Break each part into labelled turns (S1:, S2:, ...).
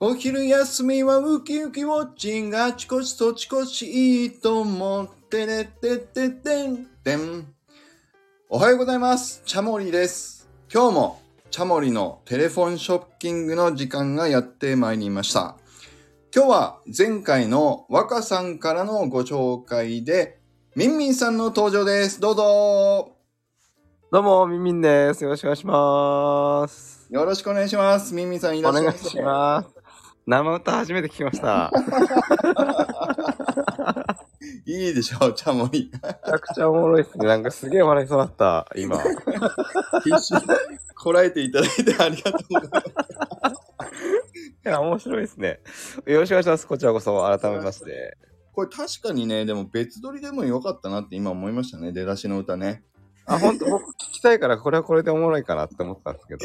S1: お昼休みはウキウキウォッチングあちこちそちこちいいと思ってれってってってんてん。おはようございます。チャモリです。今日もチャモリのテレフォンショッキングの時間がやってまいりました。今日は前回の若さんからのご紹介で、ミンミンさんの登場です。どうぞ
S2: どうも、みんみんです。よろしくお願いします。
S1: よろしくお願いします。ミンミンさんいら
S2: お
S1: っしゃい
S2: 願
S1: ま
S2: い
S1: せ。
S2: します。生歌初めて聞きました。め
S1: いいでしょう、チャモリ。
S2: ちゃくちゃおもろいっすね。なんかすげえ笑いそうだった、今。
S1: 必死にこらえていただいてありがとうございます。
S2: いや、面白いっすね。よろしくお願いします。こちらこそ、改めまして。
S1: これ確かにね、でも別撮りでもよかったなって今思いましたね、出だしの歌ね。
S2: あ、ほんと、僕聞きたいから、これはこれでおもろいかなって思ったんですけど。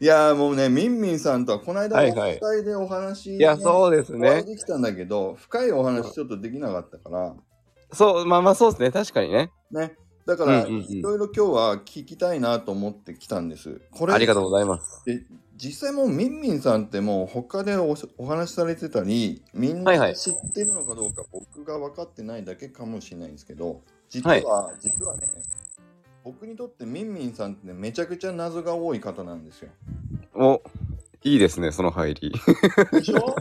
S1: いやーもうね、みんみんさんとはこの間
S2: は
S1: お
S2: いはい
S1: 伝えでお話、ね
S2: いや、そうです
S1: お会い
S2: ね。
S1: できたんだけど、深いお話ちょっとできなかったから、
S2: そう、まあまあそうですね。確かにね。
S1: ね。だから、
S2: うんうんうん
S1: いろいろ今日は聞きたいなと思ってきたんです。これ
S2: ありがとうございます。
S1: で実際もうみんみんさんってもう他でおお話しされてたりみん
S2: はい
S1: な
S2: はい
S1: 知ってるのかどうか僕が分かってないだけかもしれないんですけど実は、
S2: はい
S1: 実はね僕にとってみんみんさんって、ね、めちゃくちゃ謎が多い方なんですよ。
S2: お、いいですね、その入り。
S1: でしょ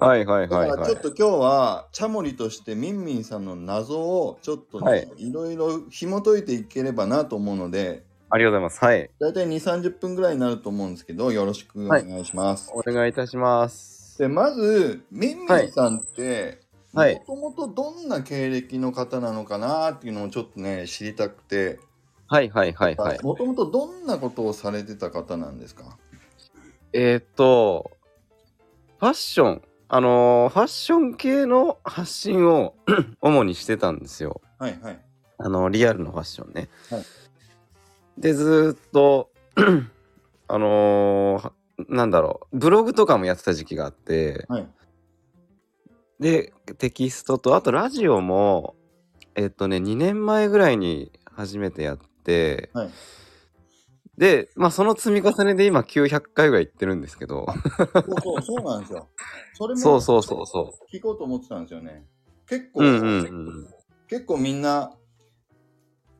S2: はいは
S1: だ
S2: い
S1: か
S2: はい
S1: ら
S2: は
S1: ちょ
S2: い
S1: っ。と今日はチャモリとしてみんみんさんの謎をちょっとね、
S2: はい
S1: い、ろいろ紐解いていければなと思うので
S2: ありがとうございます。はい。
S1: 大体2 3 0分ぐらいになると思うんですけどよろしくお願いします。
S2: お願いいたします。
S1: でまずみんみんさんっても
S2: はい
S1: ともとどんな経歴の方なのかなっていうのをちょっとね知りたくて
S2: はいはいはいはい。
S1: もともとどんなことをされてた方なんですか
S2: えーっと、ファッション、あのーファッション系の発信を 主にしてたんですよ。
S1: はいはい
S2: あの、リアルのファッションね。
S1: はい
S2: で、ずーっと、 あのーはなんだろう、ブログとかもやってた時期があって、
S1: はい
S2: で、テキストと、あとラジオも、えーっとね、2年前ぐらいに初めてやって、
S1: はい
S2: で、まあ、その積み重ねで今900回ぐらい行ってるんですけど、
S1: そうそうそうなんですよそれも
S2: そうそうそうそう。
S1: 聞こうと思ってたんですよね結構、
S2: うんうんうん。
S1: 結構みんな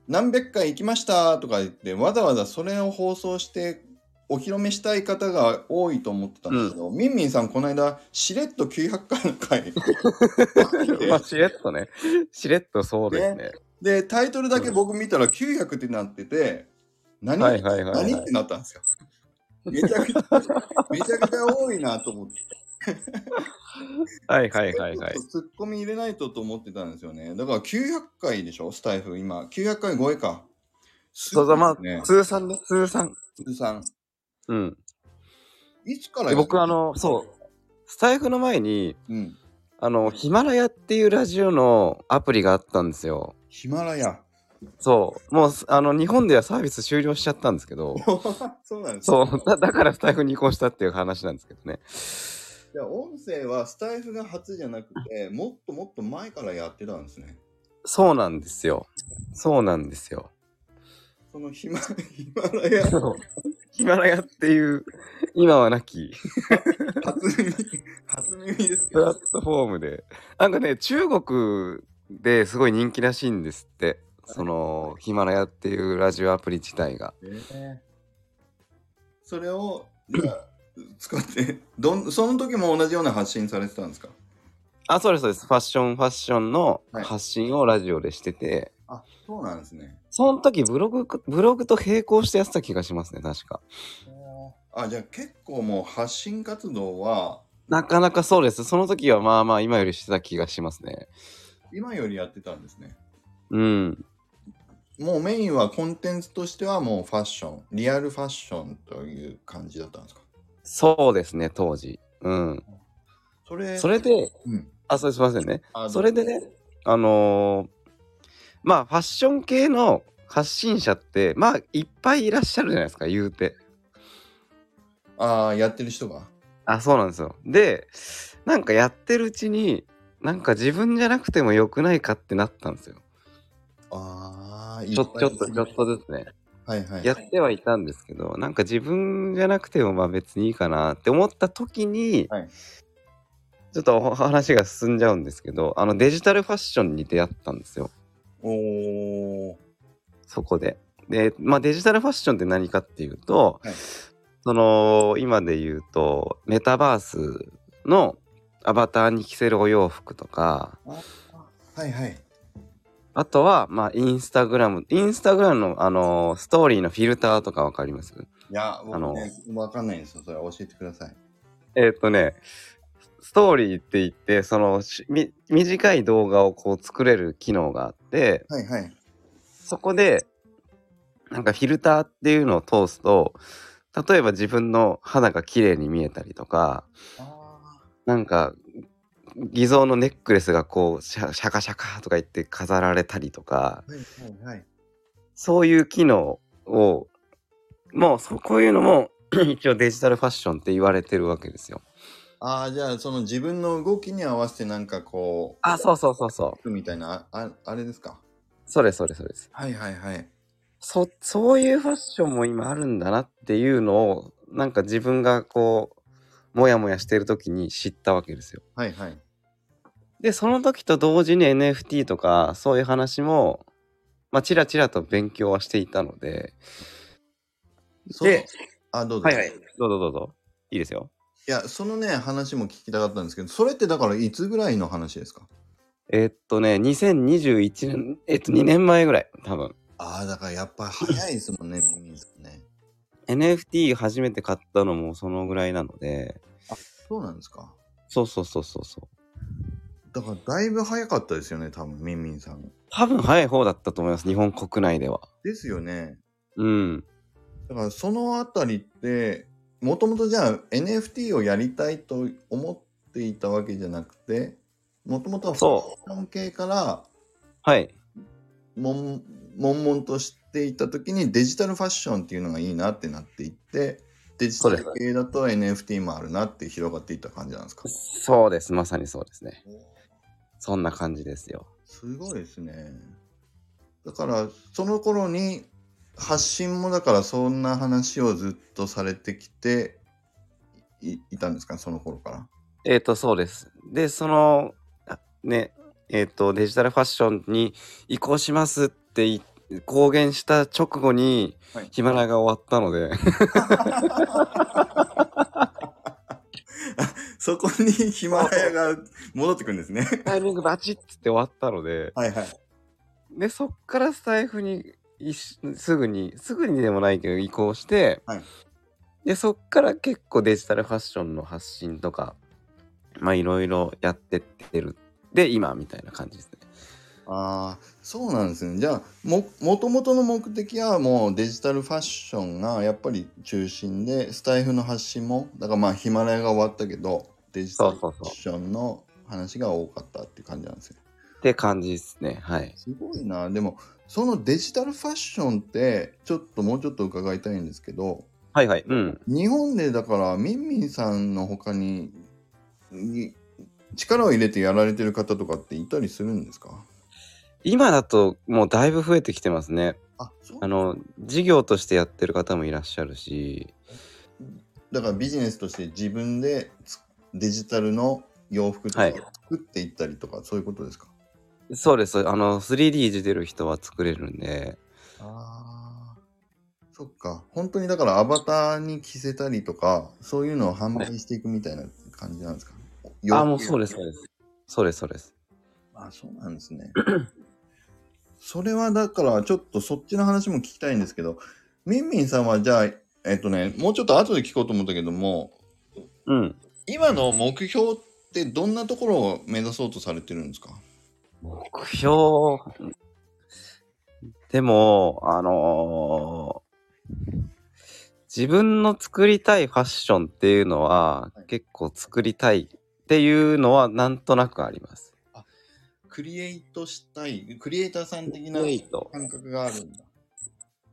S1: 何百回行きましたとか言ってわざわざそれを放送してお披露目したい方が多いと思ってたんですけど、みんみんさんこの間しれっと900回の回
S2: まあ、しれっとね。しれっとそうですね。
S1: でタイトルだけ僕見たら900ってなってて何、
S2: はいはいはいはい
S1: 何ってなったんですよめちゃくちゃめちゃくちゃ多いなと思って
S2: はいはいはいはい
S1: ちょ。っとツッコミ入れないとと思ってたんですよねだから900回でしょスタイフ今900回超えかそ
S2: そうだ、まあ、通算ね、通算。
S1: さん
S2: うん。
S1: いつからや
S2: で僕、あの、そう、スタイフの前に、
S1: うん。
S2: あの、ヒマラヤっていうラジオのアプリがあったんですよ。
S1: ヒマラヤ。
S2: そう。もう、あの、日本ではサービス終了しちゃったんですけど、
S1: そうなんです。
S2: そう、 だだからスタイフに移行したっていう話なんですけどね。
S1: じゃあ音声はスタイフが初じゃなくて、もっともっと前からやってたんですね。
S2: そうなんですよ。そうなんですよ。
S1: そのヒマ ヒマラヤ
S2: そうヒマラヤっていう、今はなき。
S1: 初耳、 初耳です
S2: プラ
S1: よ。
S2: ットフォームで。なんかね、中国ですごい人気らしいんですって。そのヒマラヤっていうラジオアプリ自体が。
S1: それを、じゃあ使って、どん、その時も同じような発信されてたんですか
S2: あ、そうです、そうです。ファッション、ファッションの
S1: はい
S2: 発信をラジオでしてて、
S1: あ、そうなんですね。
S2: その時ブログ、ブログと並行してやってた気がしますね、確か。
S1: あ、じゃあ結構もう発信活動は、
S2: なかなかそうです。その時はまあまあ今よりしてた気がしますね。
S1: 今よりやってたんですね。
S2: うん。
S1: もうメインはコンテンツとしてはもうファッション、リアルファッションという感じだったんですか
S2: そうですね、当時。うん。
S1: それ、
S2: それで、
S1: うん、
S2: あ、そうですいませんね。
S1: あ
S2: それでね、あのーまあファッション系の発信者ってまあいっぱいいらっしゃるじゃないですか言うて
S1: ああ、やってる人が。
S2: あそうなんですよでなんかやってるうちになんか自分じゃなくてもよくないかってなったんですよ
S1: ああ、
S2: ちょちょっとちょっとずつね
S1: はいはい。
S2: やってはいたんですけど、なんか自分じゃなくてもまあ別にいいかなって思った時に、
S1: はい
S2: ちょっとお話が進んじゃうんですけど、あのデジタルファッションに出会ったんですよ、
S1: おー。
S2: そこで。で、まあデジタルファッションって何かっていうと、
S1: はい
S2: その今で言うとメタバースのアバターに着せるお洋服とか、
S1: はいはい。
S2: あとは、まあ、インスタグラム、インスタグラムの、あのストーリーのフィルターとかわかります
S1: いや、
S2: あ
S1: 僕
S2: の
S1: ね、わかんないんですよ。それは教えてください。
S2: えーっ、とね、ストーリーって言って、そのしみ短い動画をこう作れる機能があって、
S1: はいはい。
S2: そこで、なんかフィルターっていうのを通すと、例えば自分の肌が綺麗に見えたりとか、
S1: あ
S2: なんか偽造のネックレスがこうシャシャカシャカとか言って飾られたりとか、
S1: ーはいはいはい。
S2: そういう機能を、もうそこういうのも一応デジタルファッションって言われてるわけですよ。
S1: ああ、じゃあ、その自分の動きに合わせてなんかこ
S2: あ、そうそうそうそう。
S1: う、みたいな、あああれですか。
S2: それそれそれです。
S1: はいはいはい。
S2: そそういうファッションも今あるんだなっていうのをなんか自分がこうモヤモヤしてる時に知ったわけですよ。
S1: はいはい。
S2: でその時と同時に NFT とかそういう話もまあちらちらと勉強はしていたので
S1: そう
S2: で
S1: あ、どうぞ。
S2: どうぞどうぞいいですよ。
S1: いや、そのね、話も聞きたかったんですけど、それってだからいつぐらいの話ですか
S2: えーっとね2021年えっと2年前ぐらい多分
S1: ああ、だからやっぱ早いですもんね、耳ですね。
S2: NFT 初めて買ったのもそのぐらいなので
S1: そうなんですか。
S2: そうそうそうそうそう
S1: だからだいぶ早かったですよね、多分ミンミンさん。
S2: 多分早い方だったと思います日本国内では。
S1: ですよね。
S2: うん
S1: だからそのあたりって、もともとじゃあ NFT をやりたいと思っていたわけじゃなくて、もともとはファ
S2: そ
S1: ッション系から
S2: はい
S1: もん、悶々としていた時にデジタルファッションっていうのがいいなってなっていって、デジタル
S2: そう
S1: 系だと NFT もあるなって広がっていった感じなんですか
S2: そうです。まさにそうですね。そんな感じですよ。
S1: すごいですね。だからその頃に発信もだからそんな話をずっとされてきていいたんですかその頃から。
S2: えっ、と、そうです。で、その、あね、えっ、と、デジタルファッションに移行しますってい公言した直後に
S1: はい、
S2: ヒマラヤが終わったの で、
S1: そこにヒマラヤが戻ってくるんですね。
S2: タイミングバチッつって終わったので、
S1: はいはい。
S2: で、そっからスタイフにいしすぐに、すぐにでもないけど移行して、
S1: はい
S2: で、そっから結構デジタルファッションの発信とか、まあ、いろいろやってってる。で、今みたいな感じですね。
S1: ああ、そうなんですね。じゃあも、もともとの目的はもうデジタルファッションがやっぱり中心で、スタイフの発信も、だからまあヒマラヤが終わったけど、デジタルファッションの話が多かったっていう感じなんですよ。
S2: って感じですね。はい。
S1: すごいな。でも、そのデジタルファッションって、ちょっともうちょっと伺いたいんですけど、
S2: はいはい。うん。
S1: 日本でだから、みんみんさんの他に、に力を入れてやられてる方とかっていたりするんですか
S2: 今だともうだいぶ増えてきてますね。
S1: あ、そう
S2: あの、事業としてやってる方もいらっしゃるし、
S1: だからビジネスとして自分でつデジタルの洋服とか
S2: は
S1: を
S2: い
S1: 作っていったりとか、そういうことですか
S2: そうです。あの、3D いじ出る人は作れるんで、
S1: ああ。そっか。本当にだからアバターに着せたりとか、そういうのを販売していくみたいな感じなんですか、
S2: あ、もうそう
S1: で
S2: です、そうです。そうです、そうです。
S1: あ、そうなんですね。 それはだから、ちょっとそっちの話も聞きたいんですけど、みんみんさんはじゃあ、えっとね、もうちょっと後で聞こうと思ったけども、
S2: うん。
S1: 今の目標ってどんなところを目指そうとされてるんですか
S2: 目標、でも、あのー自分の作りたいファッションっていうのは、
S1: はい
S2: 結構作りたいっていうのはなんとなくあります。
S1: クリエイトしたい、クリエイターさん的な
S2: クリエイト
S1: 感覚があるんだ。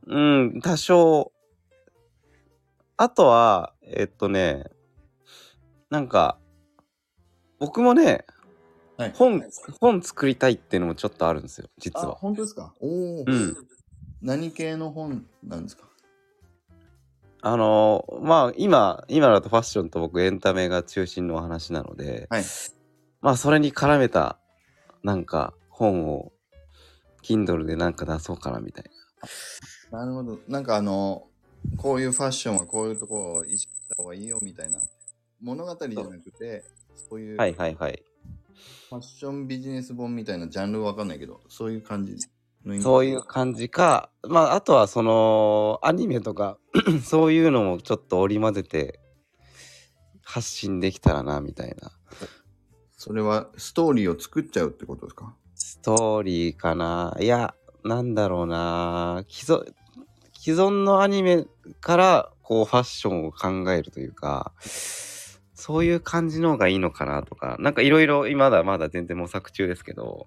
S2: うん、多少。あとは、えっとね、なんか、僕もね、
S1: はい
S2: 本、本作りたいっていうのもちょっとあるんですよ、実
S1: あ、
S2: は。
S1: 本当ですかおお、
S2: うん。
S1: 何系の本なんですか
S2: あのーまあ今今だとファッションと僕エンタメが中心のお話なので、
S1: はい
S2: まあそれに絡めたなんか本を Kindle でなんか出そうかなみたいな。
S1: なるほど。なんかあの、こういうファッションはこういうところを意識した方がいいよみたいな。物語じゃなくて、そういう
S2: はい
S1: フ
S2: はいはい。
S1: ァッションビジネス本みたいなジャンルわかんないけど、そういう感じの意味
S2: そういう感じか、まああとはそのアニメとか そういうのもちょっと織り交ぜて発信できたらなみたいな。
S1: それはストーリーを作っちゃうってことですか
S2: ストーリーかないや、なんだろうな既存、既存のアニメからこうファッションを考えるというか、そういう感じの方がいいのかなとか、なんかいろいろまだまだ全然模索中ですけど、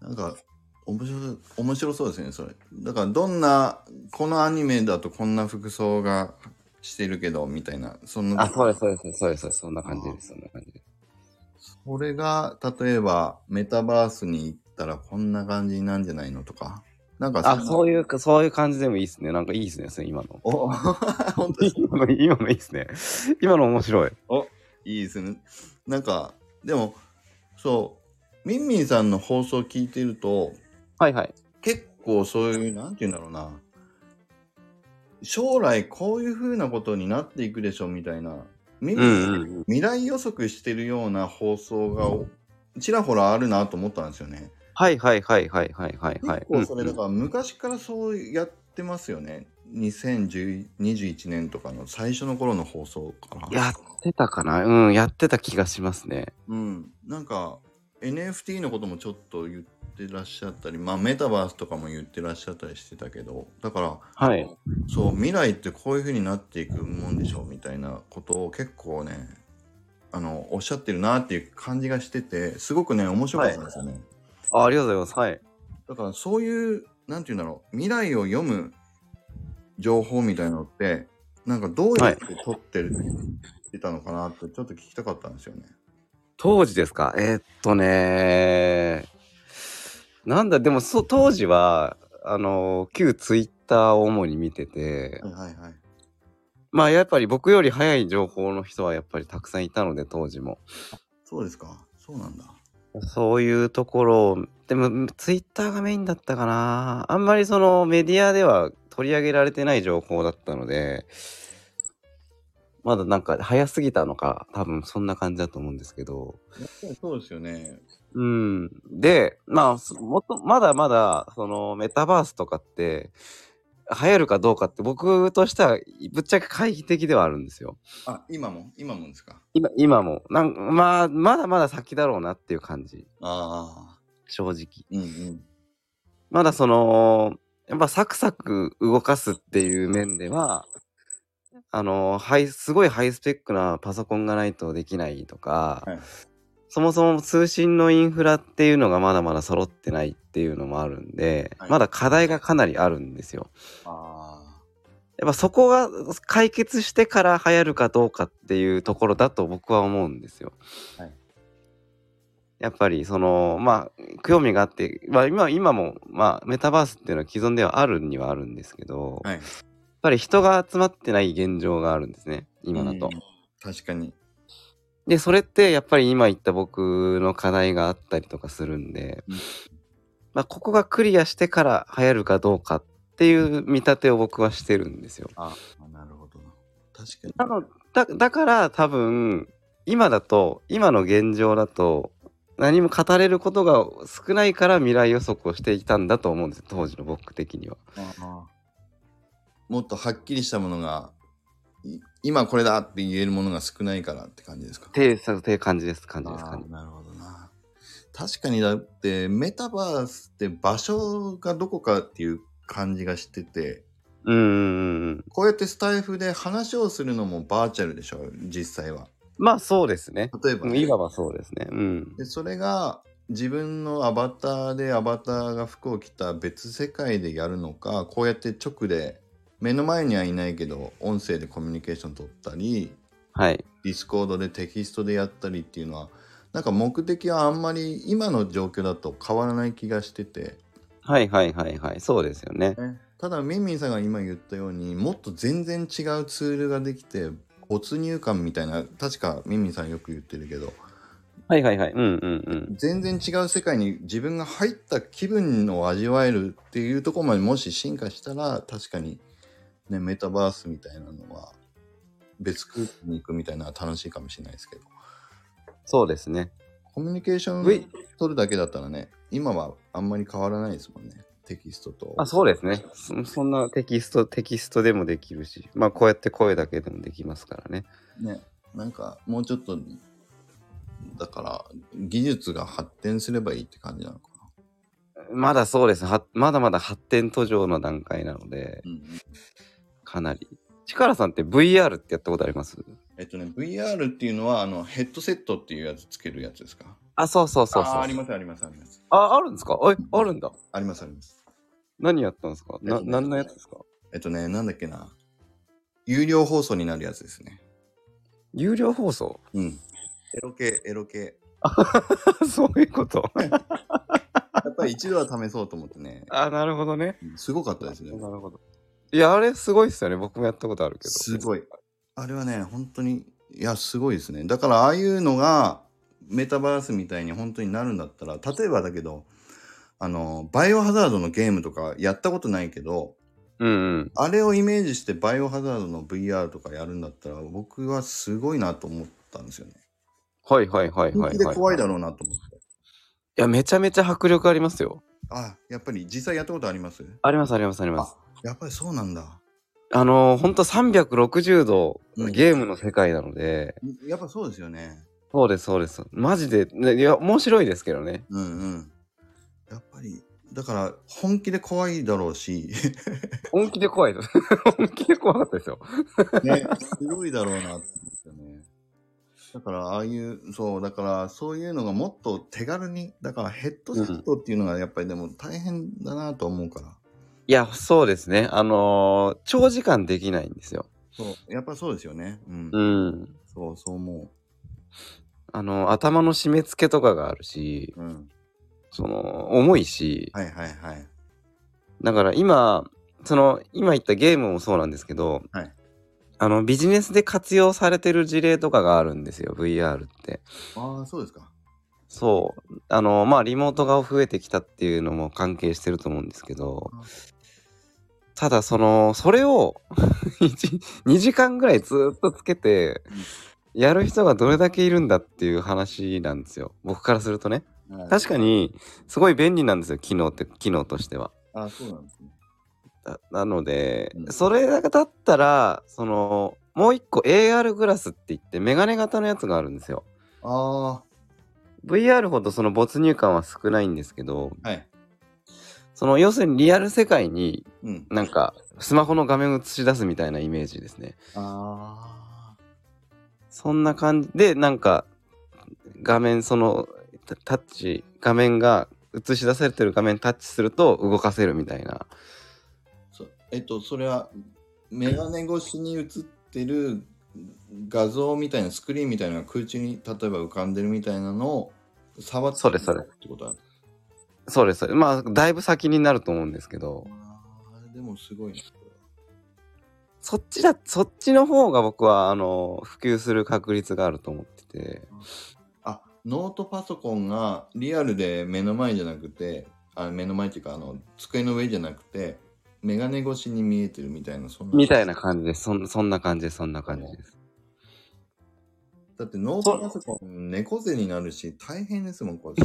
S1: なんか、面白そう面白そうですね、それ。だから、どんな、このアニメだとこんな服装がしてるけど、みたいな。その
S2: あ、そうです、そうです、そうです、そうですそんな感じです、そんな感じです。
S1: それが、例えば、メタバースに行ったらこんな感じなんじゃないのとか。なんか
S2: あ、そう
S1: いう。
S2: いうか、そういう感じでもいいですね。なんかいいですね、それ今の。
S1: お 本当に
S2: 今の、今のいいですね。今の面白い。
S1: いいですね。なんか、でも、そう、ミンミンさんの放送聞いてると、
S2: はいはい。
S1: 結構そういう、なんて言うんだろうな。将来こういう風なことになっていくでしょみたいな。ミン
S2: う
S1: ミン
S2: ん
S1: さん
S2: うんうん。
S1: 未来予測してるような放送がおちらほらあるなと思ったんですよね。
S2: はいはいはいはいはいはいは
S1: 結
S2: い。
S1: 構それだ
S2: うんうん
S1: から昔からそうやってますよね。2021年とかの最初の頃の放送から。
S2: やってたかなうん、やってた気がしますね。
S1: うん、なんか NFT のこともちょっと言ってらっしゃったり、まあ、メタバースとかも言ってらっしゃったりしてたけどだから
S2: はい。
S1: そう未来ってこういうふうになっていくもんでしょうみたいなことを結構ねあのおっしゃってるなっていう感じがしててすごくね面白かったんですよね、
S2: あありがとうございます。はい。
S1: だからそういうなんて言うんだろう未来を読む情報みたいなのってなんかどうやって取ってる、ってたのかなってちょっと聞きたかったんですよね。
S2: 当時ですかえーっとねなんだ、でもそ当時は、あの旧ツイッターを主に見てて、
S1: はいはいはい。
S2: まあやっぱり僕より早い情報の人はやっぱりたくさんいたので、当時も。
S1: そうですか。そうなんだ。
S2: そういうところを、でもツイッターがメインだったかなあんまりそのメディアでは取り上げられてない情報だったので、まだなんか早すぎたのか、多分そんな感じだと思うんですけど。
S1: やっぱりそうですよね。
S2: うん。で、まあ、そもっと、まだまだ、その、メタバースとかって、流行るかどうかって、僕としては、ぶっちゃけ懐疑的ではあるんですよ。
S1: あ、今も今もですか。
S2: 今、今も。なんまあ、まだまだ先だろうなっていう感じ。
S1: ああ。
S2: 正直。
S1: うんうん。
S2: まだその、やっぱサクサク動かすっていう面では、あの、ハイ、すごいハイスペックなパソコンがないとできないとか、
S1: はい
S2: そもそも通信のインフラっていうのがまだまだ揃ってないっていうのもあるんで、
S1: はい
S2: まだ課題がかなりあるんですよ。
S1: あ
S2: やっぱそこが解決してから流行るかどうかっていうところだと僕は思うんですよ。
S1: はい
S2: やっぱりそのまあ興味があって、まあ、今今も、まあ、メタバースっていうのは既存ではあるにはあるんですけど、
S1: あ。
S2: やっ
S1: はい。
S2: ぱり人が集まってない現状があるんですね今だと。
S1: うん確かに。
S2: でそれってやっぱり今言った僕の課題があったりとかするんで、
S1: うん
S2: まあ、ここがクリアしてから流行るかどうかっていう見立てを僕はしてるんですよ。
S1: ああ、なるほど。確かに。
S2: なのだだから多分今だと今の現状だと何も語れることが少ないから未来予測をしていたんだと思うんです当時の僕的には。
S1: あーもっとはっきりしたものが、い今これだって言えるものが少ないからって感じですか。
S2: てそうて感じです感じです
S1: あ
S2: 感じ
S1: ーなるほどな。確かにだってメタバースって場所がどこかっていう感じがしてて、
S2: うんうんうんうん。
S1: こうやってスタイフで話をするのもバーチャルでしょ、実際は。
S2: まあそうですね。
S1: 例えば、ね、
S2: いわばそうですね。うん。
S1: でそれが自分のアバターでアバターが服を着た別世界でやるのかこうやって直で目の前にはいないけど音声でコミュニケーション取ったり
S2: はい。
S1: ディスコードでテキストでやったりっていうのはなんか目的はあんまり今の状況だと変わらない気がしてて
S2: はいはいはいはい。そうですよね。
S1: ね、ただミンミンさんが今言ったようにもっと全然違うツールができて没入感みたいな確かミンミンさんよく言ってるけど
S2: はいはいはい。うんうんうん。
S1: 全然違う世界に自分が入った気分を味わえるっていうところまでもし進化したら確かに、ね、メタバースみたいなのは別空間に行くみたいなのは楽しいかもしれないですけど
S2: そうですね。
S1: コミュニケーショ
S2: うい
S1: ン取るだけだったらね今はあんまり変わらないですもんねテキストと
S2: あ、そうですねそ。そんなテキスト、テキストでもできるし、まあこうやって声だけでもできますからね。
S1: ね、なんかもうちょっと、だから技術が発展すればいいって感じなのかな。
S2: まだそうです。はまだまだ発展途上の段階なので、
S1: うん、
S2: かなり。チカラさんって VR ってやったことあります
S1: えっとね、VR っていうのはあのヘッドセットっていうやつつけるやつですか
S2: あ、そうそうそうそう。
S1: あーありますありますあります。
S2: あ、あるんですかえ、あるんだ。
S1: ありますあります。
S2: 何やったんですかな、
S1: えっとね
S2: 何のやつですか
S1: えっとね、なんだっけな。有料放送になるやつですね。
S2: 有料放送
S1: うん。エロ系、エロ系。
S2: そういうこと。
S1: やっぱり一度は試そうと思ってね。
S2: あ、なるほどね。
S1: うんすごかったですね。
S2: なるほど。いや、あれすごいっすよね。僕もやったことあるけど。
S1: すごい。あれはね、本当に、いや、すごいですね。だから、ああいうのが、メタバースみたいに本当になるんだったら、例えばだけど、あの、バイオハザードのゲームとかやったことないけど、
S2: うんうん。
S1: あれをイメージしてバイオハザードの VR とかやるんだったら、僕はすごいなと思ったんですよね。
S2: はいはいはいはい、は
S1: 本
S2: い。
S1: 気で怖いだろうなと思って。
S2: いや、めちゃめちゃ迫力ありますよ。
S1: あ、やっぱり実際やったことあります
S2: ありますありますあります。
S1: やっぱりそうなんだ。
S2: あのー、ほんと360度
S1: うん
S2: ゲームの世界なので、
S1: やっぱそうですよね。
S2: そうですそうです。マジで、ねいや、面白いですけどね。
S1: うんうん。やっぱり、だから、本気で怖いだろう し、
S2: 本気で怖いです。 本気で怖かったですよ。
S1: ね、すごいだろうなって思うんですよね。だから、ああいう、そう、だから、そういうのがもっと手軽に、だからヘッドセットっていうのがやっぱりでも大変だなと思うから。
S2: いや、そうですね。あのー、長時間できないんですよ。
S1: そう、やっぱそうですよね。うん。
S2: うん。
S1: そう、そう思
S2: あのー、頭の締め付けとかがあるし、
S1: う。うん。
S2: その、重いし、
S1: はいはいはい。
S2: だから今、その、今言ったゲームもそうなんですけど、
S1: はい
S2: あの、ビジネスで活用されてる事例とかがあるんですよ、VR って。
S1: ああ、そうですか。
S2: そう。あの、まあ、リモートが増えてきたっていうのも関係してると思うんですけど
S1: うん、
S2: ただ、その、それを 一2時間ぐらいずっとつけて、やる人がどれだけいるんだっていう話なんですよ。僕からするとね。確か
S1: に。
S2: に、すごい便利なんですよ、機能って、機能としては。
S1: ああ、そうなんですね。
S2: ななので、
S1: うん
S2: それだったらそのもう一個 AR グラスって言ってメガネ型のやつがあるんですよ
S1: あ
S2: VR ほどその没入感は少ないんですけど
S1: あ、はい。
S2: その要するにリアル世界に
S1: うん。
S2: なんかスマホの画面を映し出すみたいなイメージですね
S1: ああ、
S2: そんな感じでなんか画面そのタタッチ画面が映し出されてる画面タッチすると動かせるみたいな
S1: そうえっと、それは、メガネ越しに映ってる画像みたいな、スクリーンみたいなのが空中に例えば浮かんでるみたいなのを触って
S2: そうですそうです
S1: ってことだ。
S2: そうですそうですまあだいぶ先になると思うんですけど
S1: あーでもすごいな。これは
S2: そっちだ、そっちの方が僕は、あの、普及する確率があると思ってて。
S1: あ、ノートパソコンがリアルで目の前じゃなくて、あ目の前っていうか、あの、机の上じゃなくて、メガネ越しに見えてるみたいな、そんな。
S2: みたいな感じです。そんそんな感じです。そんな感じです。
S1: だってノートパソコン猫背になるし大変ですもんこれ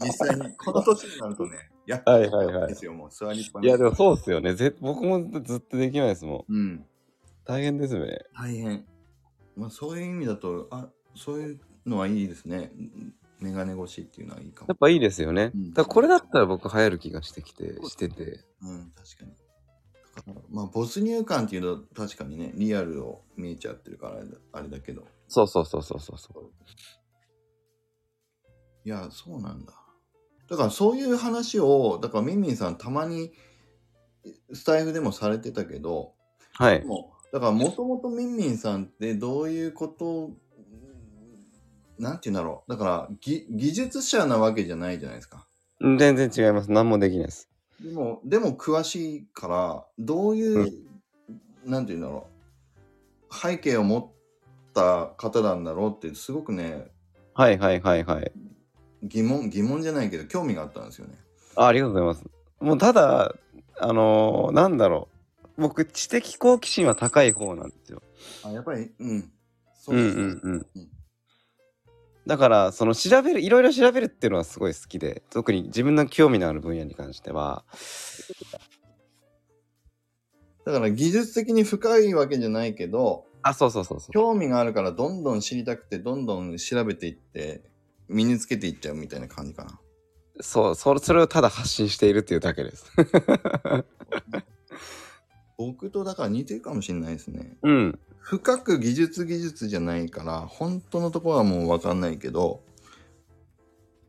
S1: 実際にこの年になるとねやっぱ
S2: はいはいはい
S1: ですよもう座りっぱ
S2: い
S1: なし
S2: や、でもそうっすよね。ぜ僕もずっとできないですもん。
S1: うん
S2: 大変ですね。
S1: 大変まあそういう意味だとあそういうのはいいですねうんメガネ越しっていうのはいいか
S2: や
S1: も
S2: っ、ぱいいですよね。
S1: うん
S2: だからこれだったら僕流行る気がしてきて、してて。
S1: うん、確かにだからまあ没入感っていうと確かにねリアルを見えちゃってるからあれだあれだけど
S2: そうそうそうそうそうそう。
S1: いや、そうなんだ。だからそういう話を、だからミンミンさんたまにスタイフでもされてたけど、
S2: は
S1: で
S2: い。
S1: もだからもともとミンミンさんってどういうことを、なんて言うんだろう。だからぎ技術者なわけじゃないじゃないですか。
S2: うん全然違います。何もできないです。
S1: でも、でも詳しいから、どういう、なんて言うんだろう、背景を持った方なんだろうって、すごくね、
S2: はいはいはいはい。
S1: 疑問、疑問じゃないけど、興味があったんですよね。
S2: あありがとうございます。もうただ、あのーなんだろう。僕、知的好奇心は高い方なんですよ。
S1: あ、やっぱり、うん。そううん
S2: う
S1: です
S2: んうん
S1: うん。
S2: だから、その調べる、いろいろ調べるっていうのはすごい好きで、特に自分の興味のある分野に関しては、
S1: だから、技術的に深いわけじゃないけど、
S2: あ、そうそうそうそう。
S1: 興味があるから、どんどん知りたくて、どんどん調べていって、身につけていっちゃうみたいな感じかな。
S2: そう、それそれをただ発信しているっていうだけです。
S1: 僕とだから似てるかもしれないですね。
S2: うん。
S1: 深く技術技術じゃないから本当のところはもう分かんないけど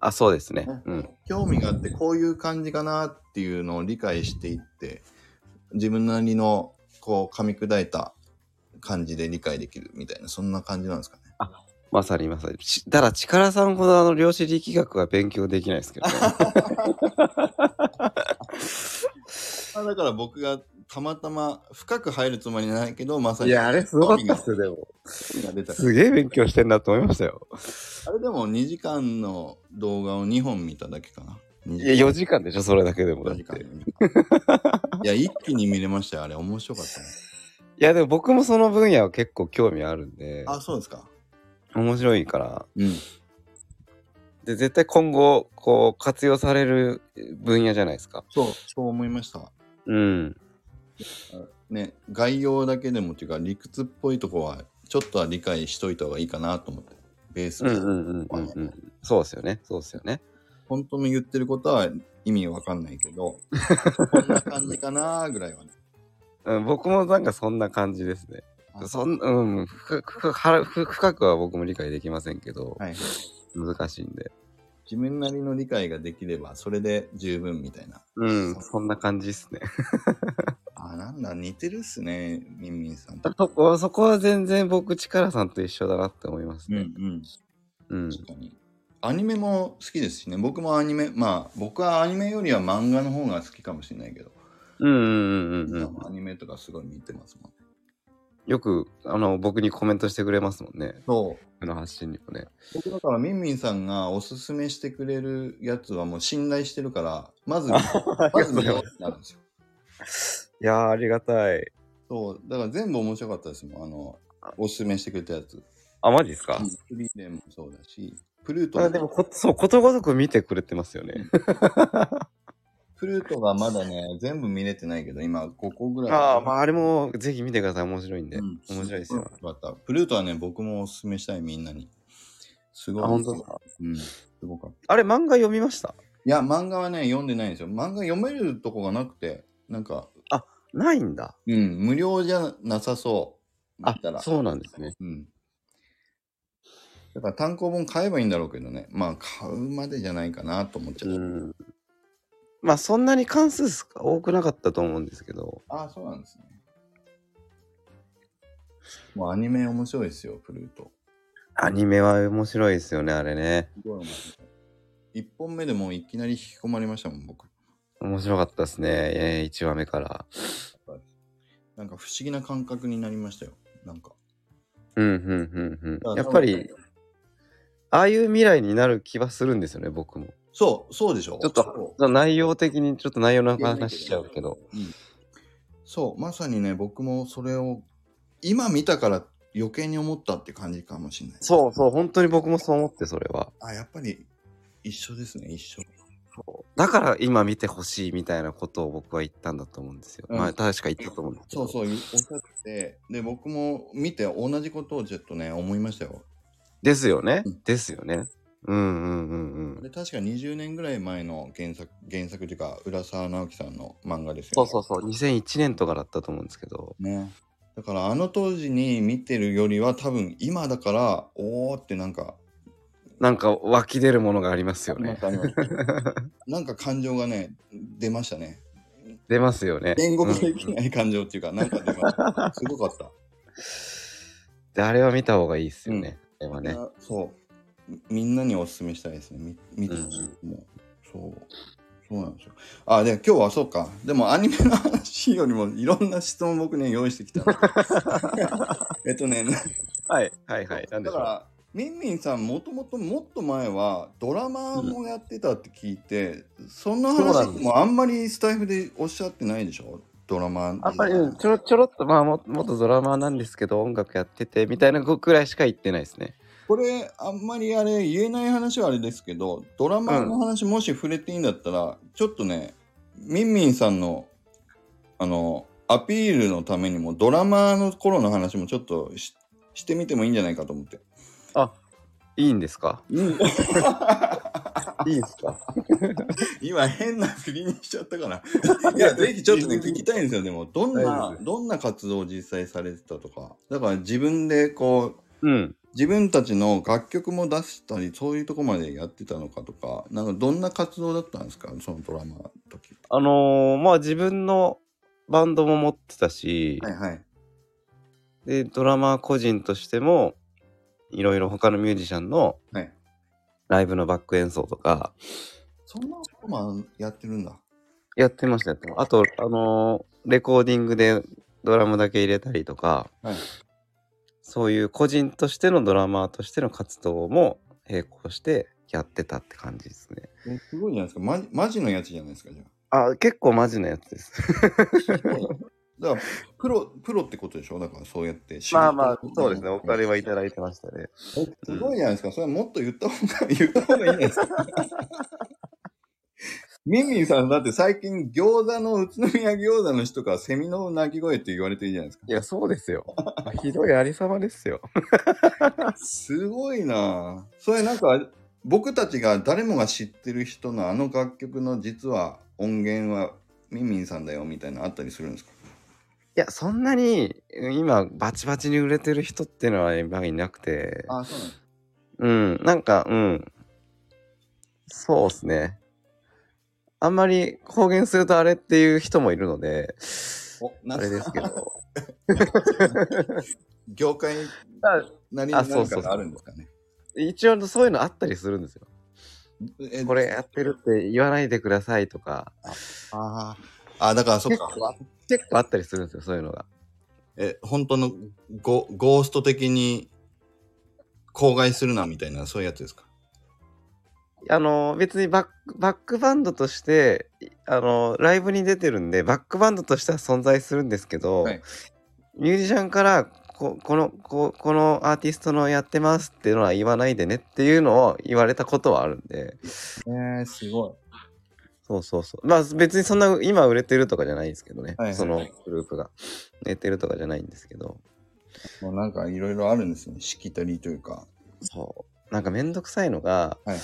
S2: あ、そうですね。うん。
S1: 興味があってこういう感じかなっていうのを理解していって自分なりのこう噛み砕いた感じで理解できるみたいなそんな感じなんですかね。
S2: まさにまさに。ちだから、力さんほどあの、量子力学は勉強できないですけどね。
S1: まあだから僕がたまたま深く入るつもりないけどまさに
S2: よ、でも。
S1: 興味が出た
S2: すげえ勉強してんなと思いましたよ。
S1: あれでも2時間の動画を2本見ただけかな。2
S2: いや、4時間でしょ、それだけでも。
S1: 4
S2: だっ
S1: 時
S2: て。
S1: 間
S2: い
S1: いや一気に見れましたよあれ面白かったね。
S2: や、でも僕もその分野は結構興味あるんで、
S1: あそうですか。
S2: 面白いから。
S1: うん。
S2: で、絶対今後、こう、活用される分野じゃないですか。
S1: そう、そう思いました。
S2: うん。
S1: ね、概要だけでもっていうか、理屈っぽいとこは、ちょっとは理解しといた方がいいかなと思って。ベース
S2: うん
S1: が、
S2: うんうんうんうん。そうですよね。そうですよね。
S1: 本当の言ってることは意味わかんないけ ど、こんな感じかなぐらいはね。
S2: うん、僕もなんかそんな感じですね。
S1: あ
S2: そんうん、深く深くは深く深くは僕も理解できませんけど、
S1: はい。
S2: 難しいんで。
S1: 自分なりの理解ができれば、それで十分みたいな。
S2: うん、そんな感じですね。
S1: あ、なんだ、似てるっすね、みんみんさんと。
S2: そこは、そこは全然僕、力さんと一緒だなって思います
S1: うんう
S2: ね。
S1: ん。
S2: うん。
S1: 確かに。アニメも好きですしね、僕もアニメ、まあ、僕はアニメよりは漫画の方が好きかもしれないけど、
S2: うんうんうんうんう
S1: 今
S2: ん。
S1: もアニメとかすごい見てますもん。
S2: よく、あの、僕にコメントしてくれますもんね。
S1: そう。
S2: 僕の発信にもね。
S1: 僕だからみんみんさんがおすすめしてくれるやつはもう信頼してるからまずまず見ようってなるんですよ
S2: いやー、ありがたい。
S1: そうだから全部面白かったですもんあのおすすめしてくれたやつ
S2: あ、マジですか、
S1: フリーレンもそうだしプルート
S2: あでもこ、そう、ことごとく見てくれてますよね。
S1: プルートがまだね全部見れてないけど今5個ぐらい
S2: ああ、まあ、あれもぜひ見てください。面白いんで。
S1: うん
S2: 面白いですよ。
S1: ごかったプルートはね僕もおすすめしたいみんなにすごい
S2: あ、本当ですか
S1: うんすごかった
S2: あれ、漫画読みました
S1: いや漫画はね読んでないんですよ漫画読めるとこがなくてなんか
S2: ないんだ。
S1: うん無料じゃなさそう
S2: あ
S1: 見たら、
S2: そうなんですね。
S1: うん。だから単行本買えばいいんだろうけどね。まあ買うまでじゃないかなと思っちゃう。
S2: うん。まあ、そんなに関数す多くなかったと思うんですけど。
S1: ああ、そうなんですね。もうアニメ面白いですよ、プルート。
S2: アニメは面白いですよね、あれね。
S1: すごい面白い。一本目でもういきなり引き込まれましたもん、僕。
S2: 面白かったですね。えー、1話目から。
S1: なんか不思議な感覚になりましたよ。なんか。
S2: うん、うん、うん、うん。やっぱり、。ああいう未来になる気はするんですよね、僕も。
S1: そう、そうでしょ。
S2: ちょっ
S1: そう
S2: と、内容的にちょっと内容の話しちゃうけど。
S1: うんそう、まさにね、僕もそれを今見たから余計に思ったって感じかもしれない。
S2: そうそう、本当に僕もそう思って、それは。
S1: あ、やっぱり一緒ですね、一緒。
S2: だから今見てほしいみたいなことを僕は言ったんだと思うんですよ。
S1: うん
S2: まあ、確か言ったと思うんですけ
S1: そ
S2: ど。
S1: うそう、いおっしゃって、で、僕も見て同じことをちょっとね、思いましたよ。
S2: ですよね
S1: うん。
S2: ですよね。うんうんうんうん。
S1: で、確か20年ぐらい前の原作、原作というか、浦沢直樹さんの漫画ですよ、
S2: そ
S1: ね。
S2: うそうそう。2001年とかだったと思うんですけど。
S1: ね。だから、あの当時に見てるよりは、多分今だから、おーってなんか、
S2: なんか湧き出るものがありますよ
S1: なん
S2: ね。
S1: かあります なんか感情がね、出ましたね。
S2: 出ますよね。
S1: 言語化で
S2: うん
S1: きない感情っていうか、なんか出ました。すごか った。
S2: であれは見た方がいいですよね。あれはね。
S1: あそうみみんなにおすすめしたいですねみ見てほしい、もうそう。そうなんですよ。あ、で、今日はそうか。でもアニメの話よりもいろんな質問僕ね、用意してき た。えっとね、
S2: はいはいはい。なんで
S1: だ
S2: し
S1: か
S2: ょう。
S1: ら、みんみんさん、もともともっと前はドラマーもやってたって聞いて、そんな
S2: そうなん
S1: 話
S2: です
S1: もあんまりスタイフでおっしゃってないでしょドラマー
S2: あんまりうんちょろちょろっとまあも元ドラマーなんですけど音楽やっててみたいなくらいしか言ってないですね。
S1: これ、あんまりあれ、言えない話はあれですけど、ドラマーの話もし触れていいんだったら、ちょっとね、みんみんさんの、あの、アピールのためにも、ドラマーの頃の話もちょっとししてみてもいいんじゃないかと思って。
S2: いいんですか？いいんですか？
S1: 今変な振りにしちゃったからいやぜひちょっとね聞きたいんですよでもどん
S2: 大丈夫
S1: な
S2: で
S1: どんな活動を実際されてたとかだから自分でこう
S2: うん。
S1: 自分たちの楽曲も出したりそういうとこまでやってたのかとかなんかどんな活動だったんですかそのドラマの時
S2: あのーまあ自分のバンドも持ってたし、
S1: はいはい
S2: でドラマー個人としてもいろいろ他のミュージシャンの
S1: はい
S2: ライブのバック演奏とか
S1: そんなこともやってるんだ
S2: やってましたよ。あとあのーレコーディングでドラムだけ入れたりとか、
S1: はい
S2: そういう個人としてのドラマーとしての活動も並行してやってたって感じですね。
S1: えすごいじゃないですかマジマジのやつじゃないですかじゃあ
S2: あ結構マジなやつです。
S1: だからプロプロってことでしょだからそうやって仕事
S2: まあまあそうですねお金はいただいてましたね。
S1: えすごいじゃないですか。それもっと言った方が、 言った方がいいんじゃないですか。ミンミンさん、だって最近餃子の、宇都宮餃子の人からセミの鳴き声って言われてるじゃないですか。
S2: いやそうですよ。 ひどいありさまですよ。
S1: すごいなぁそれなんか、僕たちが誰もが知ってる人のあの楽曲の実は音源はミンミンさんだよみたいなのあったりするんですか
S2: いや、そんなにうん今バチバチに売れてる人っていうのはやっぱりいなくて、
S1: あ、そうなんです
S2: うん、なんか、うん、そうですね。あんまり公言するとあれっていう人もいるので、
S1: お、な
S2: あ
S1: ん
S2: れ
S1: か
S2: ですけど。
S1: 業界なり
S2: あ
S1: の
S2: そう
S1: 何
S2: そ
S1: か
S2: うそう
S1: があるんですかね。
S2: 一応そういうのあったりするんですよ。
S1: え
S2: これやってるって言わないでくださいとか、
S1: あーあ、だからそっ
S2: 結
S1: か。
S2: 構あ結構あったりするんですよ、そういうのが。
S1: え本当のゴゴースト的に口外するなみたいなそういうやつですか
S2: あの別にバックバックバンドとしてあのライブに出てるんでバックバンドとしては存在するんですけど、
S1: はい
S2: ミュージシャンからここのここのアーティストのやってますっていうのは言わないでねっていうのを言われたことはあるんで
S1: えー、すごい
S2: そうそうそうまあ別にそんな今売れてるとかじゃないんですけどね、
S1: はいはい
S2: そのグループが売れてるとかじゃないんですけど
S1: もうなんかいろいろあるんですねしきたりというか
S2: そうなんかめんどくさいのが、
S1: はい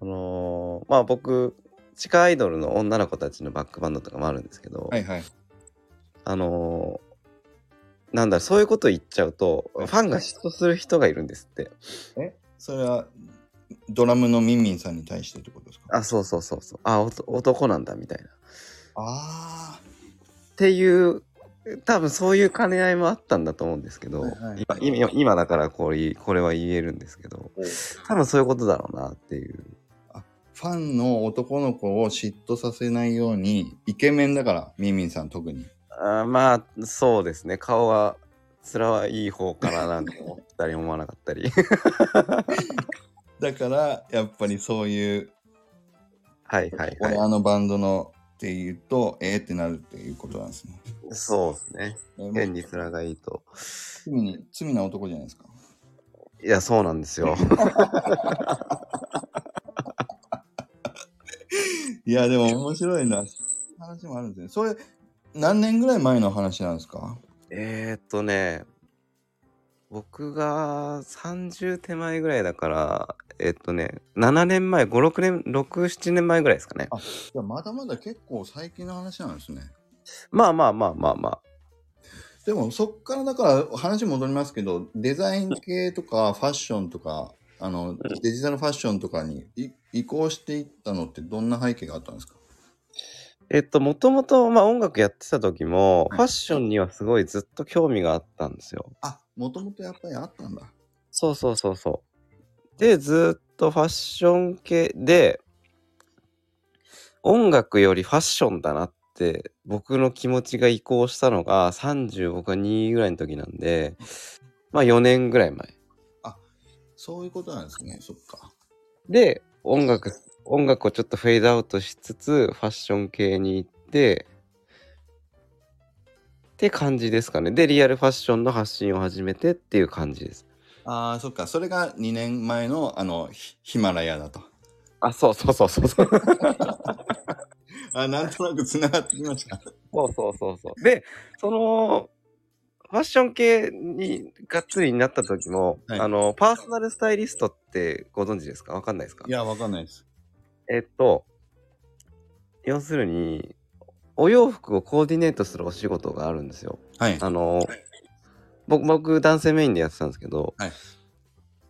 S2: あのーまあ僕地下アイドルの女の子たちのバックバンドとかもあるんですけど、
S1: はいはい
S2: あのーなんだそういうこと言っちゃうとファンが嫉妬する人がいるんですって
S1: それはドラムのミンミンさんに対してってことですか
S2: あそうそうそうそうあおと男なんだみたいなっ
S1: あ
S2: ていう多分そういう兼ね合いもあったんだと思うんですけど、
S1: はいはい
S2: 今今今だからこれこれは言えるんですけど多分そういうことだろうなっていう
S1: ファンの男の子を嫉妬させないようにイケメンだからミンミンさん特に
S2: あーまあそうですね顔は面はいい方かななんて思ったり思わなかったり
S1: だからやっぱりそういう
S2: はい はい
S1: 俺
S2: は
S1: あのバンドのっていうとえーってなるっていうことなんですね
S2: いそうですね
S1: えーもう
S2: 変に面がいいと
S1: 罪に罪な男じゃないですか
S2: いやそうなんですよ
S1: いや、でも面白いな。話もあるんですね。それ、何年ぐらい前の話なんですか
S2: えー、っとね、僕が30手前ぐらいだから、えっとね、7年前、5、6年、6、7年前ぐらいですかね
S1: あ。いや、まだまだ結構最近の話なんですね。
S2: まあまあまあまあまあ。
S1: でも、そっからだから話戻りますけど、デザイン系とかファッションとか、あの、デジタルファッションとかにい移行していったのってどんな背景があったんですか
S2: えっと、もともと、まあ音楽やってた時も、
S1: はい
S2: ファッションにはすごいずっと興味があったんですよ。
S1: あ、もともとやっぱりあったんだ。
S2: そうそうそうそう。で、ずっとファッション系で、音楽よりファッションだなって僕の気持ちが移行したのが30僕が2ぐらいの時なんでまあ4年ぐらい前
S1: そういうことなんですね。そっか。
S2: で音楽音楽をちょっとフェードアウトしつつファッション系に行ってって感じですかねでリアルファッションの発信を始めてっていう感じです
S1: ああ、そっか。それが2年前の、あの、ヒヒマラヤだと。
S2: あそうそうそうそうそう
S1: あなんとなく繋がってきました。
S2: そうそうそうそう。で、その、ファッション系にがっつりになった時も、
S1: はい
S2: あの、パーソナルスタイリストってご存知ですかわかんないですか
S1: いや、わかんないです。
S2: えっと、要するに、お洋服をコーディネートするお仕事があるんですよ。
S1: はい。
S2: あの、僕、僕、男性メインでやってたんですけど、
S1: はい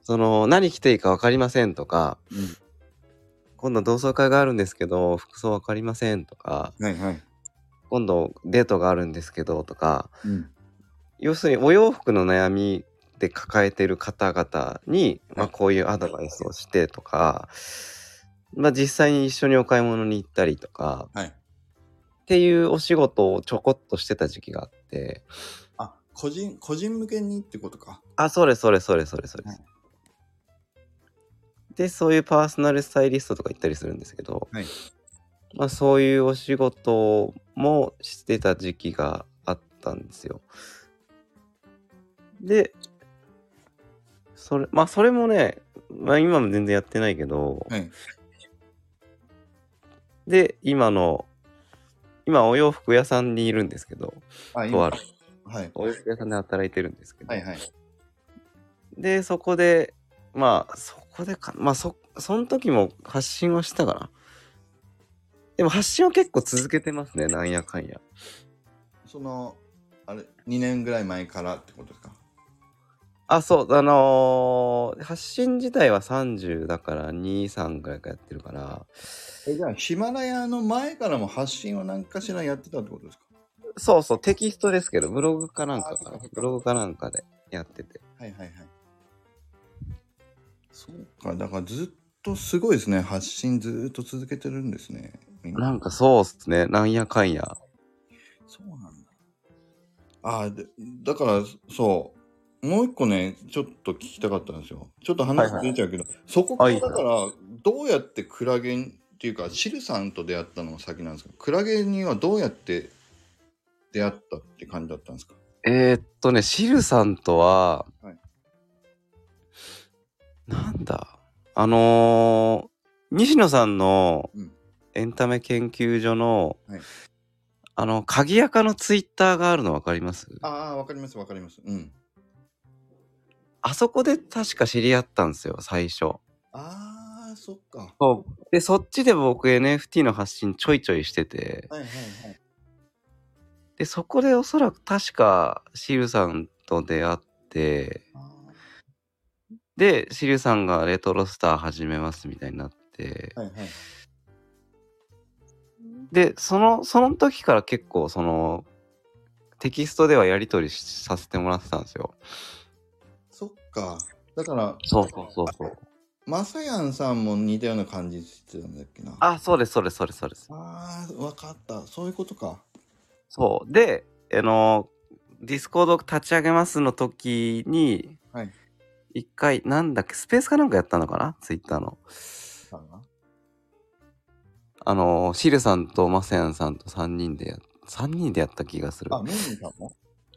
S2: その、何着ていいかわかりませんとか、
S1: う
S2: 今度同窓会があるんですけど、服装わかりませんとか、
S1: ん、はいはい。
S2: 今度デートがあるんですけどとか、
S1: うん。
S2: 要するにお洋服の悩みで抱えてる方々に、まあ、こういうアドバイスをしてとか、まあ、実際に一緒にお買い物に行ったりとか
S1: はい。
S2: っていうお仕事をちょこっとしてた時期があって
S1: あ、個人、個人向けにってことか。
S2: あそれそれそれそれそれ、
S1: はい
S2: でそういうパーソナルスタイリストとか行ったりするんですけど、
S1: はい
S2: まあ、そういうお仕事もしてた時期があったんですよでそれまあそれもね、まあ、今も全然やってないけど、
S1: はい。
S2: で今の今お洋服屋さんにいるんですけど
S1: あ、
S2: とある
S1: はい。
S2: お洋服屋さんで働いてるんですけど、
S1: はいはい。
S2: でそこでまあそこでかまあそその時も発信はしたかなでも発信は結構続けてますねなんやかんや
S1: その、あれ、2年ぐらい前からってことですか。
S2: あそうあのー発信自体は30だから23ぐらいからやってるから
S1: え、じゃあ、ヒマラヤの前からも発信を何かしらやってたってことですか
S2: そうそうテキストですけどブログかなんか
S1: あそ
S2: か
S1: っ
S2: な
S1: かそっか
S2: ブログかなんかでやってて
S1: はいはいはい。そうか、だからずっとすごいですね。発信ずっと続けてるんですね。みんな
S2: なんかそうっすねなんやかんや
S1: そうなんだ。ああ、でだから、そう。もう一個ね、ちょっと聞きたかったんですよ。ちょっと話ずれちゃうけど、そこか
S2: あい
S1: ら
S2: いです
S1: だ
S2: ね
S1: から、どうやってクラゲにっていうか、シルさんと出会ったのが先なんですけど、クラゲにはどうやって出会ったって感じだったんですか
S2: えー、っとね、シルさんとは、
S1: はい
S2: なんだ、あのー西野さんの
S1: うん
S2: エンタメ研究所の、
S1: はい
S2: あの、鍵やかのツイッターがあるの分かりますあ
S1: ああ、わかりますわかります。うん。
S2: そこで確か知り合ったんですよ、最初。
S1: ああ、そっか。
S2: で、そっちで僕 NFT の発信ちょいちょいしてて、
S1: はいはいはい。
S2: で、そこでおそらく確かシルさんと出会って、
S1: あ
S2: で、シルさんがレトロスター始めますみたいになって
S1: ー、はいはい。
S2: でそのその時から結構そのテキストではやり取りしさせてもらってたんですよ
S1: そっか。だから、
S2: そうそうそうそう
S1: マサヤンさんも似たような感じしてたんだっけな。
S2: あそうですそうですそうですそうです
S1: ああ、わかった。そういうことか。
S2: そうであのディスコード立ち上げますの時に
S1: はい。
S2: 一回なんだっけスペースかなんかやったのかなツイッターのあのシルさんとマサヤンさんと3人でや3人でやった気がする
S1: あ、メンディーさんも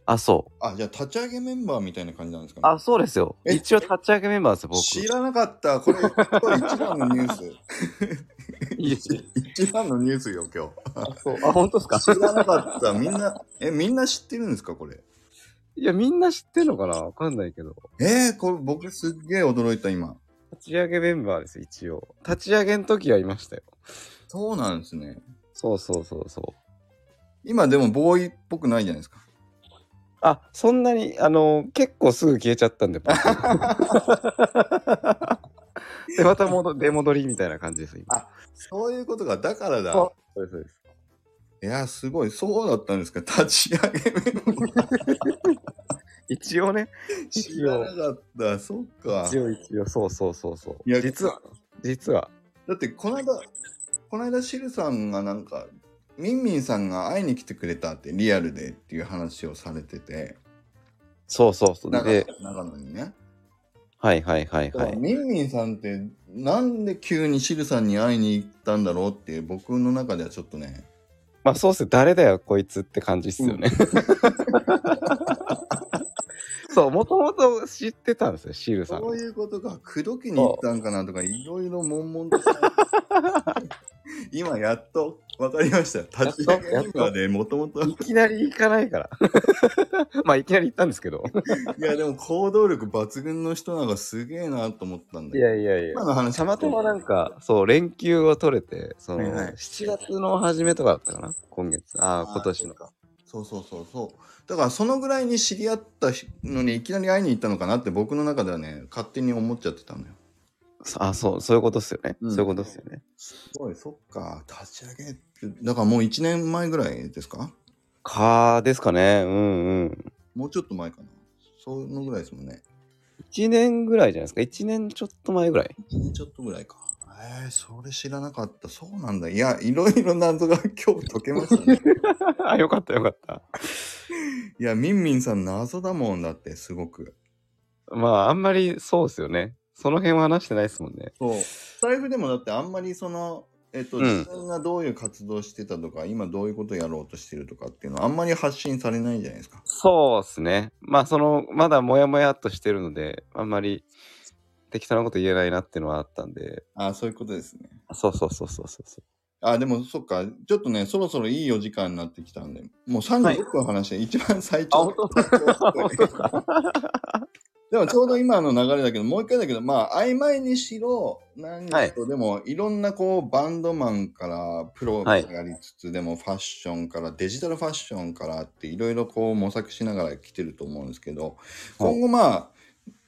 S2: あそう
S1: あ、じゃあ立ち上げメンバーみたいな感じなんですかね。
S2: あそうですよ
S1: え
S2: 一応立ち上げメンバーですよ僕
S1: 知らなかった。これ、これ一番のニュー ス。
S2: いいし
S1: 一番のニュースよ、今
S2: あそうあ本当ですか
S1: 日。知らなかった。みんな、え、みんな知ってるんですか、これ。
S2: いやみんな知ってんのかなわかんないけど
S1: えー、これ僕すっげえ驚いた、今。
S2: 立ち上げメンバーです一応立ち上げの時はいましたよ
S1: そうなんですね。
S2: そうそうそうそう
S1: 今でもボーイっぽくないじゃないですか。
S2: あそんなにあの結構すぐ消えちゃったんで パッとでまた戻出戻りみたいな感じです今
S1: あそういうことが、だからだ。
S2: そうそうですそうです
S1: いや、すごい。そうだったんですか。立ち上げメンバー。
S2: 一応ね
S1: 知
S2: 一
S1: ら
S2: 応
S1: なかった。そっか。
S2: 一応一応そうそうそうそう
S1: いや
S2: 実は実は
S1: だってこの間この間シルさんがなんかミンミンさんが会いに来てくれたってリアルでっていう話をされてて
S2: そうそうそう。
S1: 長
S2: で、
S1: 長野にね、
S2: はいはいはいはい。
S1: ミンミンさんってなんで急にシルさんに会いに行ったんだろうって僕の中ではちょっとね
S2: まあそうっすよ誰だよこいつって感じっすよね。 そうもともと知ってたんですよシールさん
S1: そういうことか口説きに行ったんかなとかいろいろ悶々とさ今やっと分かりました立ち上げメンバーでもともと
S2: いきなり行かないから まあいきなり行ったんですけど
S1: いやでも行動力抜群の人なんかすげえなと思ったんだ
S2: い
S1: けど
S2: やいやいや
S1: 今の話
S2: たまたまなんかそう連休を取れてその、
S1: はいはい
S2: 7月の初めとかだったかな今月ああ今年の
S1: そうそうそうそうだからそのぐらいに知り合ったのにいきなり会いに行ったのかなって僕の中ではね勝手に思っちゃってたのよ
S2: あそうそういうことっすよね、
S1: うん
S2: そういうことっすよね
S1: すごいそっか立ち上げだからもう1年前ぐらいですか
S2: かーですかねうんうん
S1: もうちょっと前かなそのぐらいですもんね
S2: 1年ぐらいじゃないですか1年ちょっと前ぐらい
S1: 1年ちょっとぐらいかえー、それ知らなかったそうなんだいやいろいろ謎が今日解けましたね
S2: あよかったよかった
S1: いやみんみんさん謎だもんだってすごく
S2: まあ、あんまりそうですよね。その辺は話してないですもんね。
S1: そう。スタイフでもだってあんまりその、えっと、
S2: うん
S1: 自分がどういう活動してたとか、今どういうことやろうとしてるとかっていうのはあんまり発信されないじゃないですか。
S2: そうですね。まあ、その、まだモヤモヤっとしてるので、あんまり適当なこと言えないなっていうのはあったんで。
S1: ああ、そういうことですね。
S2: そうそうそうそうそうそう。
S1: あーでもそっか、ちょっとね、そろそろいいお時間になってきたんで、もう
S2: はい
S1: 36分話して、一番最長。
S2: あ本
S1: でもちょうど今の流れだけど、もう一回だけど、まあ、曖昧にしろ、何
S2: はい
S1: とでも、い、ろんなこう、バンドマンから、プロ
S2: はい
S1: やりつつ、でもファッションから、デジタルファッションからって、いろいろこう、模索しながら来てると思うんですけど、今後まあ、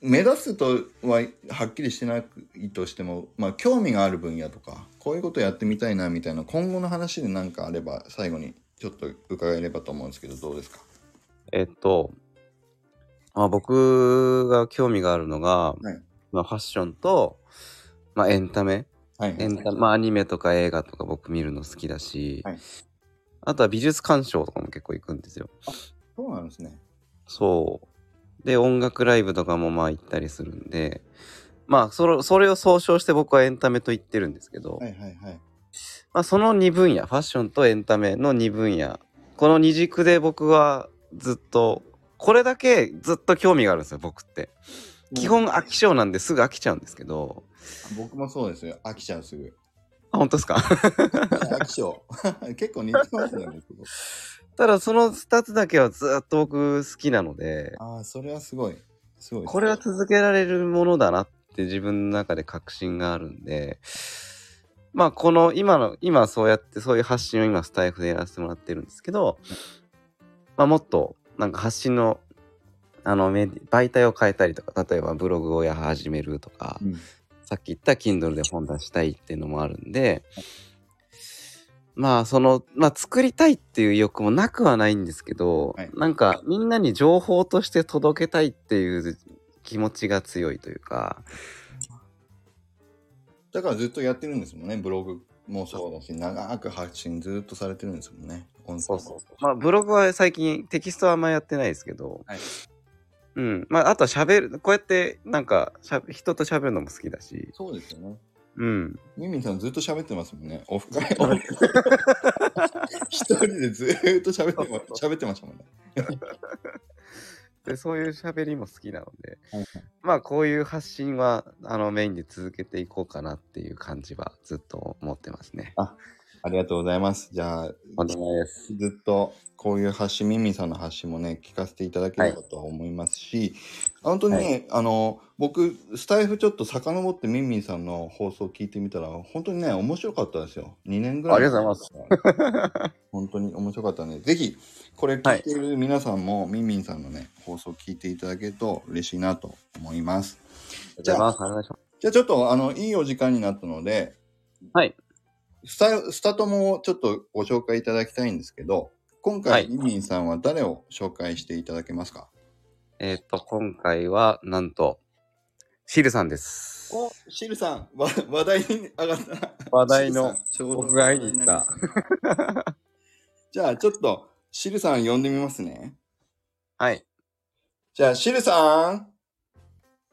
S1: 目指すとははっきりしてないとしても、まあ、興味がある分野とかこういうことやってみたいなみたいな今後の話で何かあれば最後にちょっと伺えればと思うんですけどどうですか
S2: えっと、まあ、僕が興味があるのが、
S1: はい
S2: まあ、ファッションと、まあ、エンタメ。
S1: はい
S2: エンタまあ、アニメとか映画とか僕見るの好きだし、
S1: はい
S2: あとは美術鑑賞とかも結構行くんですよ。
S1: そうなんですね
S2: そう。で、音楽ライブとかもまあ行ったりするんで、まあそれ、それを総称して僕はエンタメと言ってるんですけど、
S1: はいはいはい
S2: まあその2分野、ファッションとエンタメの2分野、この二軸で僕はずっと、これだけずっと興味があるんですよ、僕って。基本飽き性なんですぐ飽きちゃうんですけど、
S1: 僕もそうですよ飽きちゃうすぐ
S2: あ、本当ですか
S1: 飽き性 結構似てますね僕と
S2: ただその2つだけはずっと僕好きなので、
S1: ああそれはすごいすごいです
S2: これは続けられるものだなって自分の中で確信があるんで、まあこの今の、今そうやってそういう発信を今スタイフでやらせてもらってるんですけど、まあもっとなんか発信のあのメディ媒体を変えたりとか、例えばブログをや始めるとか、
S1: うん
S2: さっき言った Kindle で本出したいっていうのもあるんで、まあその、まあ作りたいっていう意欲もなくはないんですけど、
S1: はい
S2: なんかみんなに情報として届けたいっていう気持ちが強いというか、
S1: だからずっとやってるんですもんねブログもそうだし長く発信ずっとされてるんですもんね音声
S2: まあブログは最近テキストはあんまやってないですけど、
S1: はい
S2: うん。まああとは喋る、こうやってなんかしゃべ人と喋るのも好きだし、
S1: そうですよね
S2: うん。
S1: ミミンさんずっと喋ってますもんね。オフ 会。一人でずーっと喋ってま喋ってましたもんね。
S2: でそういう喋りも好きなので、
S1: はい
S2: まあこういう発信はあのメインで続けていこうかなっていう感じはずっと思ってますね。
S1: ありがとうございます。じゃあ、
S2: 本当です。
S1: ずっとこういう発信、ミミンさんの発信もね、聞かせていただければとは思いますし、本当にね、
S2: は
S1: あの、僕、スタイフちょっと遡ってミミンさんの放送聞いてみたら、本当にね、面白かったですよ。2年ぐらい。
S2: ありがとうござ
S1: います。 本当に面白かったね。ぜひ、これ聞いている皆さんも、ミミンさんのね、放送聞いていただけると嬉しいなと思います。じゃあ
S2: お願いします。
S1: じゃあちょっとあのいいお時間になったので、
S2: はい。
S1: スタスタともちょっとご紹介いただきたいんですけど、今
S2: は
S1: 回、
S2: い
S1: イミンさんは誰を紹介していただけますか
S2: えっ、と、今回はなんと、シルさんです。
S1: お、シルさん、わ話題に上がった。
S2: 話題の
S1: シルさん、ちょうど
S2: 僕が会いに行った。
S1: じゃあ、ちょっと、シルさん呼んでみますね。
S2: はい。
S1: じゃあ、シルさん。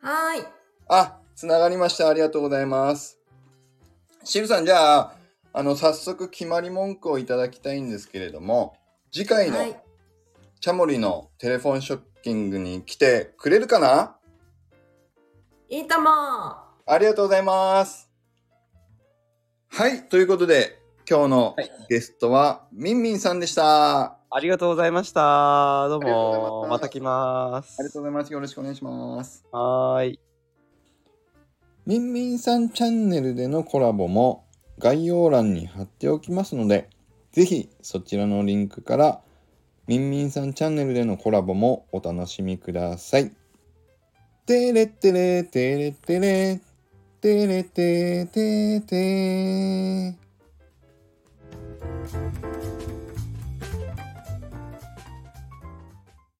S3: はーい。
S1: あ、つながりました。ありがとうございます。シルさん、じゃあ、あの、早速決まり文句をいただきたいんですけれども、次回
S3: は
S1: の
S3: い。
S1: チャモリのテレフォンショッキングに来てくれるかな、
S3: いいとも。
S1: ありがとうございます。はい、ということで、今日の
S2: はい
S1: ゲストは、みんみんさんでした。あ
S2: ありがとうございました。どう
S1: ありがとうございま
S2: も。
S1: した
S2: また来ます。
S1: りがとうございます。よろしくお願いします。
S2: はーい。
S1: みんみんさんチャンネルでのコラボも概要欄に貼っておきますので、ぜひそちらのリンクからみんみんさんチャンネルでのコラボもお楽しみください。てれってれてれってれてれててて